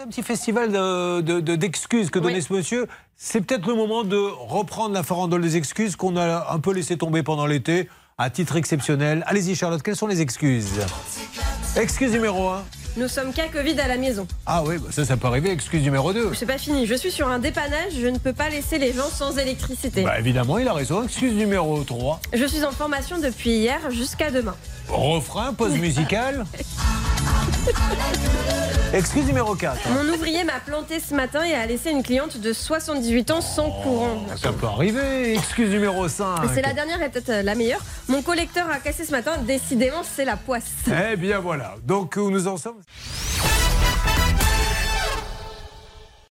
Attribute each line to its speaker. Speaker 1: un petit festival de- de- de- d'excuses que donnait
Speaker 2: Oui.
Speaker 1: ce monsieur. C'est peut-être le moment de reprendre la farandole des excuses qu'on a un peu laissé tomber pendant l'été, à titre exceptionnel. Allez-y, Charlotte, quelles sont les excuses Excuse numéro 1.
Speaker 2: Nous sommes qu'à Covid à la maison.
Speaker 1: Ah oui, bah ça, ça peut arriver. Excuse numéro 2.
Speaker 2: C'est pas fini. Je suis sur un dépannage. Je ne peux pas laisser les gens sans électricité.
Speaker 1: Bah évidemment, il a raison. Excuse numéro 3.
Speaker 2: Je suis en formation depuis hier jusqu'à demain.
Speaker 1: Refrain, pause musicale. Excuse numéro 4.
Speaker 2: Mon ouvrier m'a planté ce matin et a laissé une cliente de 78 ans sans courant.
Speaker 1: Ça peut arriver. Excuse numéro 5.
Speaker 2: C'est la dernière et peut-être euh, la meilleure. Mon collecteur a cassé ce matin. Décidément, c'est la poisse.
Speaker 1: Eh bien voilà. Donc où nous en sommes